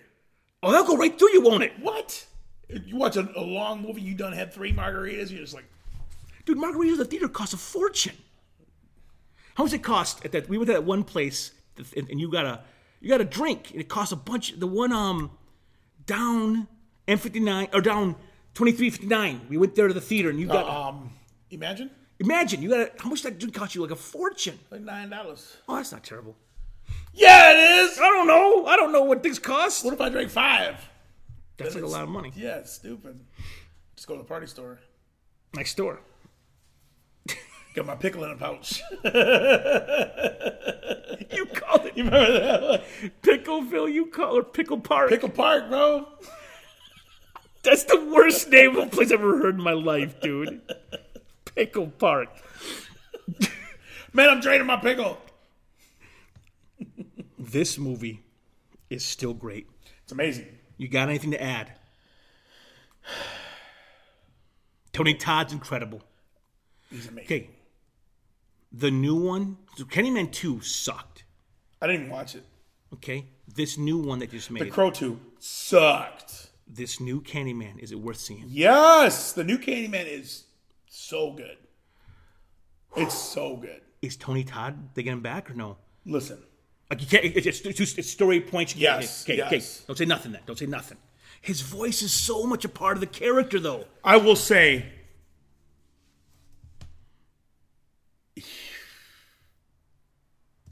Oh, that'll go right through you, won't it, What? You watch a, a long movie, you done had three margaritas, you're just like, dude? Margaritas at the theater cost a fortune. How much it cost at that? We went to that one place, and, and you got a you got a drink, and it cost a bunch. The one um down M fifty nine or down twenty three fifty nine. We went there to the theater, and you got um, imagine? imagine you got a, how much that drink cost you like a fortune. Like nine dollars. Oh, that's not terrible. Yeah, it is. I don't know. I don't know what things cost. What if I drink five? That's like a lot of money. Yeah, it's stupid. Just go to the party store. Next door. Get my pickle in a pouch. You call it you remember that? Pickleville, you call her Pickle Park. Pickle Park, bro. That's the worst name of a place I've ever heard in my life, dude. Pickle Park. Man, I'm draining my pickle. This movie is still great. It's amazing. You got anything to add? Tony Todd's incredible. He's amazing. Okay. The new one, so Candyman 2 sucked. I didn't even watch it. Okay. This new one that just made, Crow 2 sucked. this new Candyman, is it worth seeing? Yes, the new Candyman is so good. It's so good. Is Tony Todd, they get him back or no? Listen, Like you can't. It's, it's, it's story points. You can't- Yes, Okay, okay, yes. Don't say nothing. Then don't say nothing. His voice is so much a part of the character, though. I will say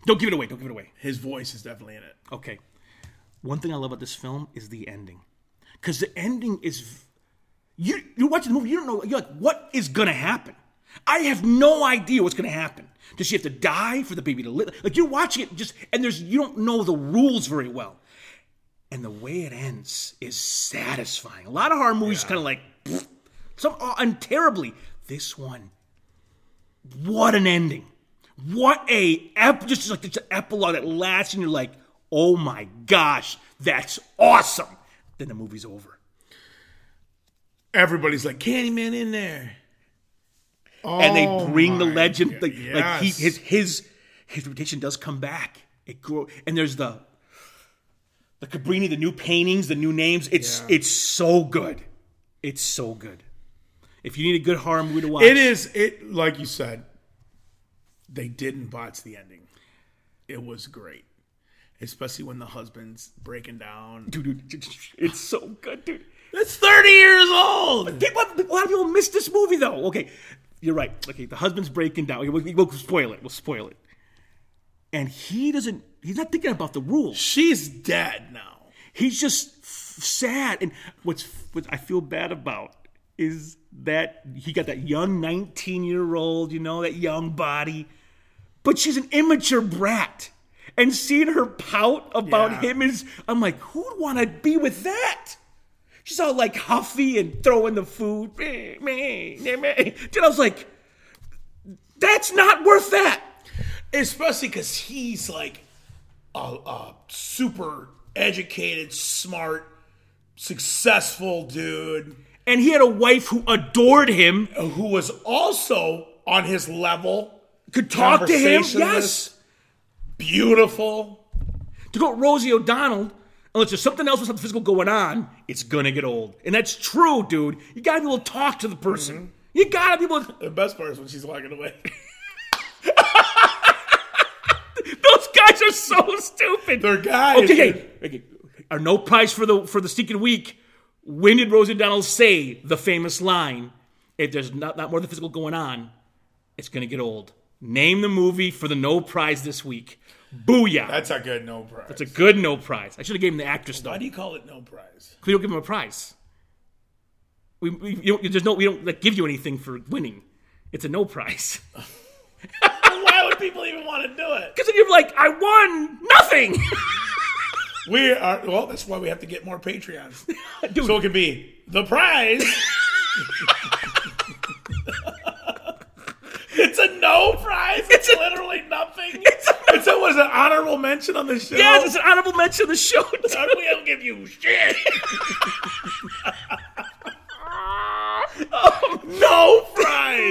Don't give it away. Don't give it away. his voice is definitely in it. Okay. One thing I love about this film is the ending, because the ending is v- you. You're watching the movie. You don't know. You're like, what is gonna happen? I have no idea what's gonna happen. Does she have to die for the baby to live? Like you're watching it, just and there's you don't know the rules very well. And the way it ends is satisfying. A lot of horror movies kind of like pfft, some uh, and terribly. This one, what an ending! What a ep- just like it's an epilogue that lasts, and you're like, oh my gosh, that's awesome. Then the movie's over. Everybody's like Candyman in there, and Oh they bring the my legend. g- Like, like he, yes. his his his reputation does come back. It grow and there's the the Cabrini, the new paintings, the new names. It's Yeah. it's so good. It's so good. If you need a good horror movie to watch, It is it like you said. They didn't botch the ending. It was great, especially when the husband's breaking down. dude, dude, It's so good, dude. It's thirty years old. People- A lot of people miss this movie though. Okay, you're right. Okay, the husband's breaking down. Okay, we'll, we'll spoil it. We'll spoil it. And he doesn't. He's not thinking about the rules. She's dead now. he's just f- sad and what's what i feel bad about is that he got that young 19 year old you know that young body but she's an immature brat and seeing her pout about Yeah. him is i'm like who'd want to be with that she's all like huffy and throwing the food meh, meh, meh, meh. dude i was like that's not worth that especially because he's like a, a super educated, smart, successful dude and he had a wife who adored him who was also on his level, could talk to him yes Conversationalist. beautiful. to go with Rosie O'Donnell, unless there's something else with something physical going on, it's gonna get old. And that's true, dude. You gotta be able to talk to the person. You gotta be able to The best part is when she's walking away. those guys are so stupid. They're guys. okay, okay, okay. Our no prize for the for the secret week. When did Rosie O'Donnell say the famous line? If there's not, not more than physical going on, it's gonna get old. Name the movie for the no prize this week. Booyah. That's a good no prize. it's a good no prize. I should have gave him the actress though. Why do you call it no prize? we don't give him a prize. We, we you don't, there's no we don't like, give you anything for winning. It's a no prize Why would people even want to do it? because then you're like I won nothing. We are well. That's why we have to get more Patreons, Dude. so it could be the prize. it's a no prize. It's, literally nothing. It's a, was an honorable mention on the show. yes, it's an honorable mention of the show. Uh, we don't give you shit. no prize.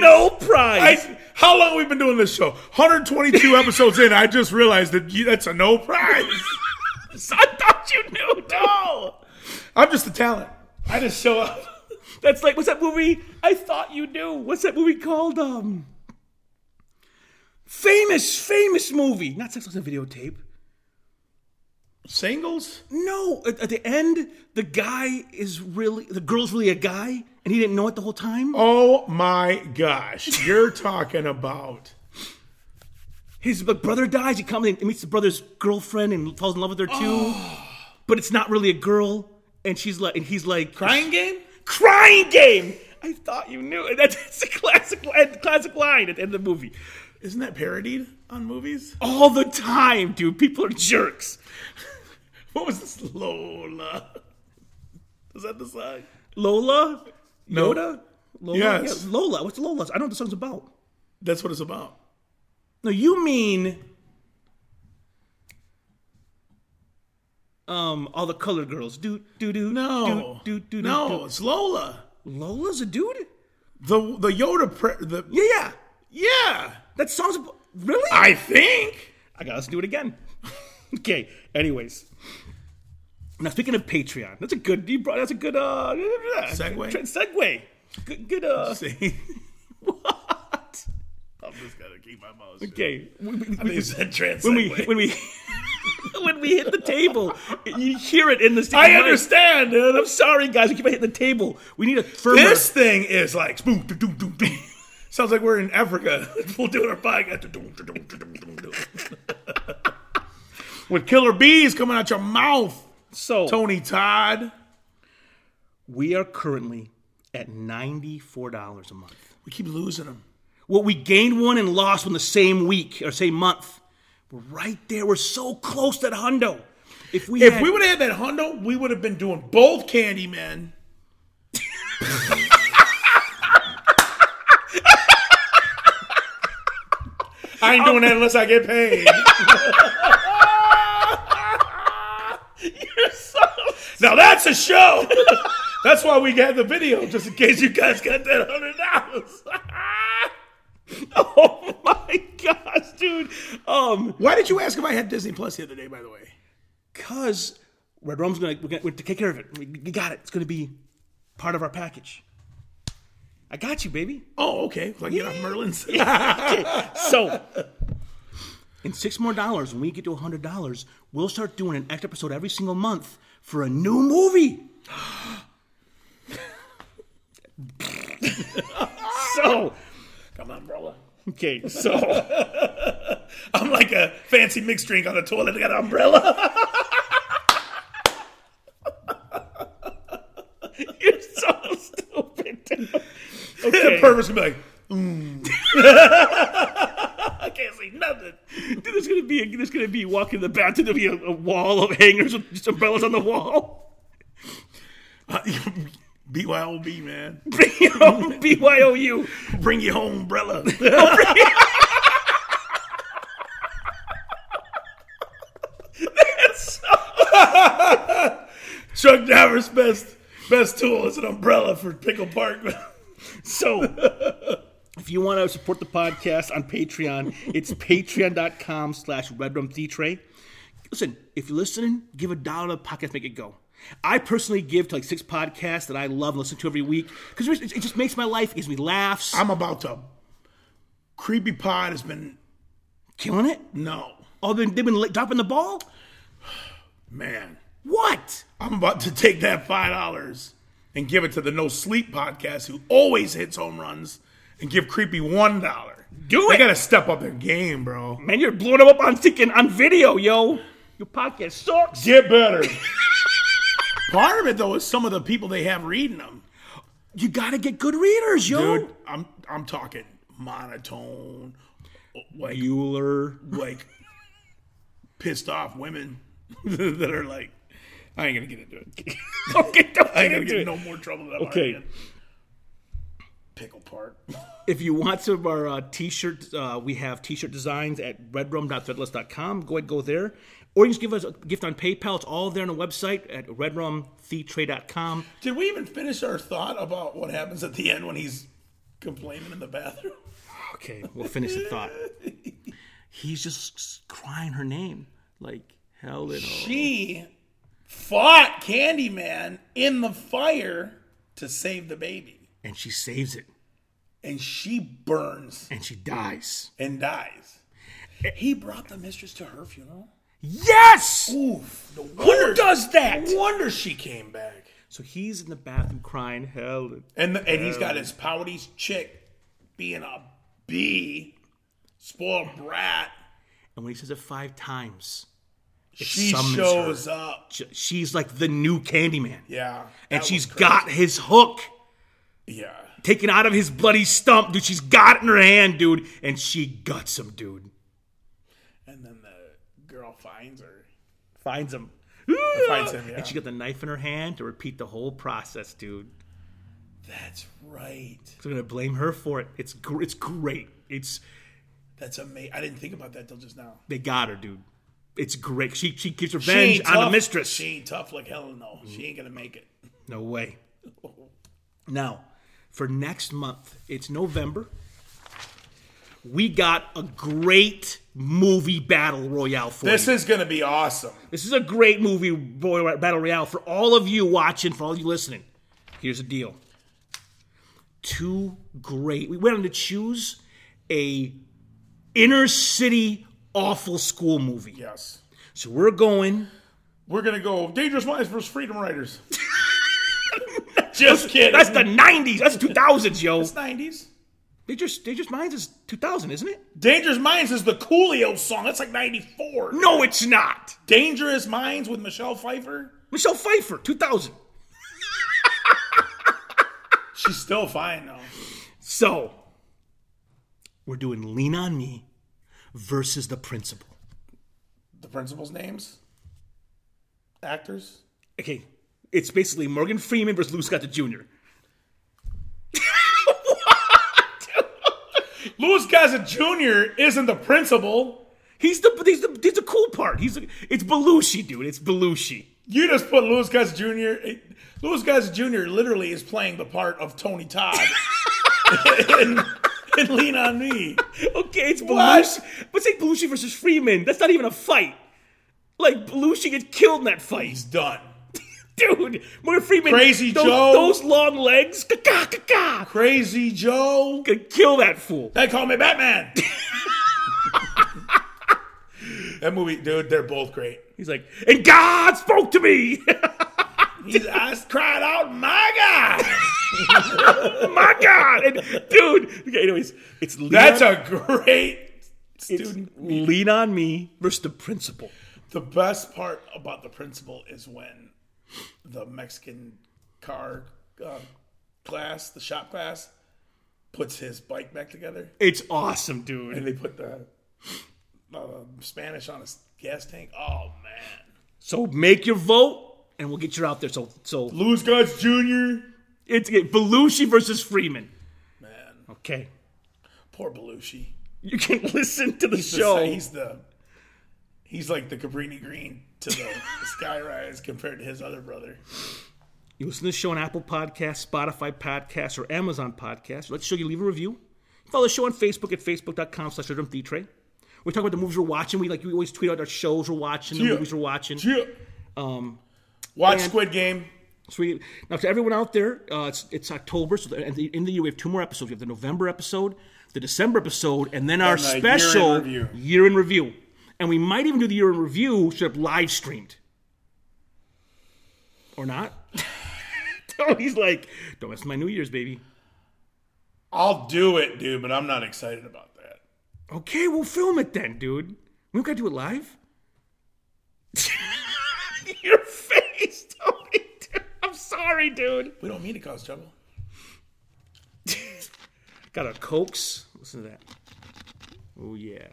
no prize. I, how long we been doing this show? 122 episodes in. I just realized that you, that's a no prize. I, thought you knew. No, I'm just a talent. I just show up. That's like what's that movie? I thought you knew. What's that movie called? Um, famous, famous movie. Not sex on videotape. Singles? No, at, at the end, the guy is really the girl's really a guy, and he didn't know it the whole time. Oh my gosh. You're talking about. His b- brother dies. He comes in and meets the brother's girlfriend and falls in love with her too. Oh. But it's not really a girl, and she's like, and he's like, Crying game? crying game. I thought you knew. it. That's, that's a classic, li- classic line at the end of the movie. Isn't that parodied on movies? All the time, dude. People are jerks. What was this? Lola. Is that the song? Lola, No. Yoda, Lola, Yes. Yeah, Lola. What's Lola's? I don't know what the song's about. That's what it's about. No, you mean um all the colored girls. Do do do No. do do do Oh. no, do. it's Lola. Lola's a dude? The the Yoda pre- the Yeah, yeah. Yeah. That song's ab- really? I, I think. gotta listen to it again. okay. Anyways. Now speaking of Patreon, that's a good you brought that's a good uh Segue? tra- segue. Good good uh See? what? I'm just gonna keep my mouth shut. Okay. We- we- I think it's that trans when we segue. when we when we hit the table, you hear it in the secret I mic. understand, dude. I'm sorry, guys. We keep on hitting the table. We need a firmer. This thing is like spoon doo, doo, doo, doo. Sounds like we're in Africa. We're doing our podcast. Doo, doo, doo, doo, doo, doo, doo. With killer bees coming out your mouth, so Tony Todd. we are currently at ninety four dollars a month. We keep losing them. What we gained one and lost one the same week or same month. We're right there. We're so close to that hundo. If we If had- we would have had that Hondo, we would have been doing both Candymen. I ain't doing that unless I get paid. That's a show. That's why we got the video, just in case you guys got that hundred dollars. Oh my gosh, dude. Um, why did you ask if I had Disney Plus the other day? By the way, cause Red Rum's gonna we're gonna, we're to take care of it. We, we got it. It's gonna be part of our package. I got you, baby. oh okay, like you know Merlin's. So, in six more dollars, when we get to a hundred dollars, we'll start doing an extra episode every single month for a new movie. so, Come on, umbrella. okay, so I'm like a fancy mixed drink on a toilet. I got an umbrella. you're so stupid. dude. The Okay, pervert's gonna be like, mm. I can't see nothing. dude, there's gonna be a, there's gonna be walking in the bathroom. There'll be a, a wall of hangers with just umbrellas on the wall. BYOB, man. BYOU. Bring your home umbrella. Truck driver's best best tool is an umbrella for Pickle Park. So, if you want to support the podcast on Patreon, it's patreon.com slash redrumdtray. Listen, if you're listening, give a dollar to the podcast, make it go. I personally give to like six podcasts that I love and listen to every week because it it just makes my life, it gives me laughs. I'm about to. Creepy Pod has been killing it. no Oh, they've been, they've been li- dropping the ball? man. What? I'm about to take that five dollars and give it to the No Sleep podcast, who always hits home runs, and give Creepy one dollar. Do They it. gotta step up their game, bro. Man, you're blowing them up on thinking on video, yo. Your podcast sucks. Get better. Part of it though is some of the people they have reading them, You gotta get good readers, yo. dude. I'm I'm talking monotone, like Bueller. like pissed off women that are like, I ain't gonna get into it. okay, don't I get ain't gonna into get it. in no more trouble than I'm Okay. already in. Pickle part. If you want some of our uh, t-shirt, uh, we have t-shirt designs at redrum.threadless.com. Go ahead, go there. Or you can just give us a gift on PayPal. It's all there on the website at redrumtheatre.com. Did we even finish our thought about what happens at the end when he's complaining in the bathroom? Okay, we'll finish the thought. He's just crying her name like hell and all. She fought Candyman in the fire to save the baby, And she saves it. and she burns And she dies. and dies. He brought the mistress to her funeral. Yes! Oof! No wonder, Who does that? No wonder she came back. So he's in the bathroom crying Helen. And the, and he's got his pouty chick being a bee, spoiled brat. And when he says it five times, She summons shows up. j- she's like the new Candyman. Yeah, and she's she's got his hook. yeah. taken out of his bloody stump, dude. She's got it in her hand, dude, and she guts him, dude. And then the girl finds her. Finds him. Finds him, yeah. And she got the knife in her hand to repeat the whole process, dude. That's right. So I'm gonna blame her for it. It's gr- it's great. It's That's amazing. I didn't think about that till just now. they got her, dude. It's great. She she keeps She revenge ain't on the tough. mistress. She ain't tough like Helen though. She ain't gonna make it. No way. Now, for next month, it's November. We got a great movie battle royale for you. This is gonna be awesome. This is a great movie, Boy Battle Royale, for all of you watching, for all of you listening. Here's the deal. Two great. We went on to choose a inner city awful school movie. Yes. So we're going. We're gonna go Dangerous Minds versus Freedom Riders. just kidding. That's the '90s. That's 2000s, yo. nineties. They just, they just minds is 2000, isn't it? Dangerous Minds is the Coolio song. That's like ninety four. No, it's not. Dangerous Minds with Michelle Pfeiffer. Michelle Pfeiffer, 2000. She's still fine though. So we're doing Lean on Me versus the Principal. The principals' names, actors. okay, it's basically Morgan Freeman versus Lou Scott Jr. Louis Gossett Jr. isn't the principal. He's the he's the he's the cool part. He's the, it's Belushi, dude. It's Belushi. You just put Louis Gossett Jr. Louis Gossett Jr. literally is playing the part of Tony Todd in, in Lean on Me. Okay, it's What? Belushi. But say Belushi versus Freeman. That's not even a fight. Like Belushi gets killed in that fight, He's done. dude. Morgan Freeman, Crazy those, Joe. those long legs, ka ka Crazy Joe. could kill that fool. They call me Batman. that movie, dude, they're both great. He's like, and God spoke to me. He's, I cried out, my God. Oh My God, and, dude. Okay, anyways, it's lean That's on, a great it's student. lean on me versus the principal. The best part about the principal is when the Mexican car uh, class, the shop class, puts his bike back together, It's awesome, dude. and they put the uh, Spanish on his gas tank. Oh man, So make your vote, and we'll get you out there. So, so Louis Gods Jr. it's Belushi versus Freeman. Man, Okay. poor Belushi. You can listen to the The- show. he's the he's like the Cabrini Green to the Skyrise compared to his other brother. you listen to the show on Apple Podcasts, Spotify Podcasts, or Amazon Podcasts. Let's show you leave a review. Follow the show on Facebook at facebook.com slash Tray. We talk about the movies we're watching. We like we always tweet out our shows we're watching, the Yeah. movies we're watching. Yeah. Um, Watch and- Squid Game. Sweet. Now, to everyone out there, uh, it's, it's October, so at the end of the year, we have two more episodes. We have the November episode, the December episode, and then our the year in special review. year in review. And we might even do the year in review should have live streamed. Or not. Tony's like, don't mess with my New Year's, baby. I'll do it, dude, but I'm not excited about that. Okay, we'll film it then, dude. We don't gotta do it live. Your face, Tony. dude. I'm sorry, dude. We don't mean to cause trouble. Got a Cokes. Listen to that. Oh, yeah.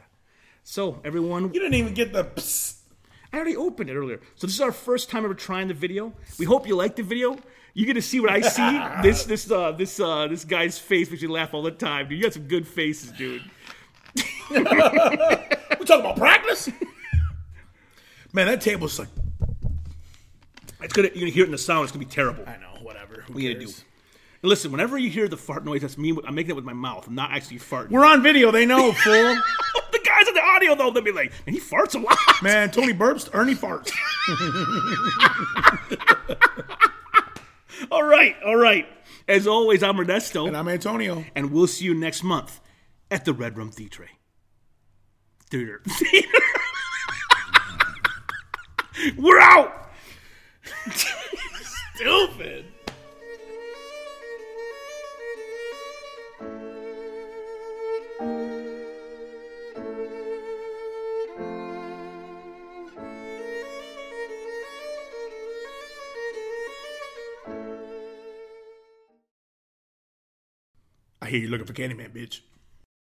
So, everyone, You didn't even get the. Psst. I already opened it earlier. So, this is our first time ever trying the video. We hope you like the video. You get to see what I see. this this uh, this uh, this guy's face makes me laugh all the time, dude. You got some good faces, dude. We talking about practice? Man, that table's like. It's gonna you're gonna hear it in the sound. It's gonna be terrible. I know, whatever. Who We gotta do. cares? And listen, whenever you hear the fart noise, that's me. I'm making it with my mouth. I'm not actually farting. We're on video. They know, fool. the guys on the audio though, they'll be like, "Man, he farts a lot." Man, Tony burps. Ernie farts. All right, all right. As always, I'm Ernesto. And I'm Antonio. and we'll see you next month at the Red Room Theatre. Theater. We're out. Stupid. I hear you looking for Candyman, bitch.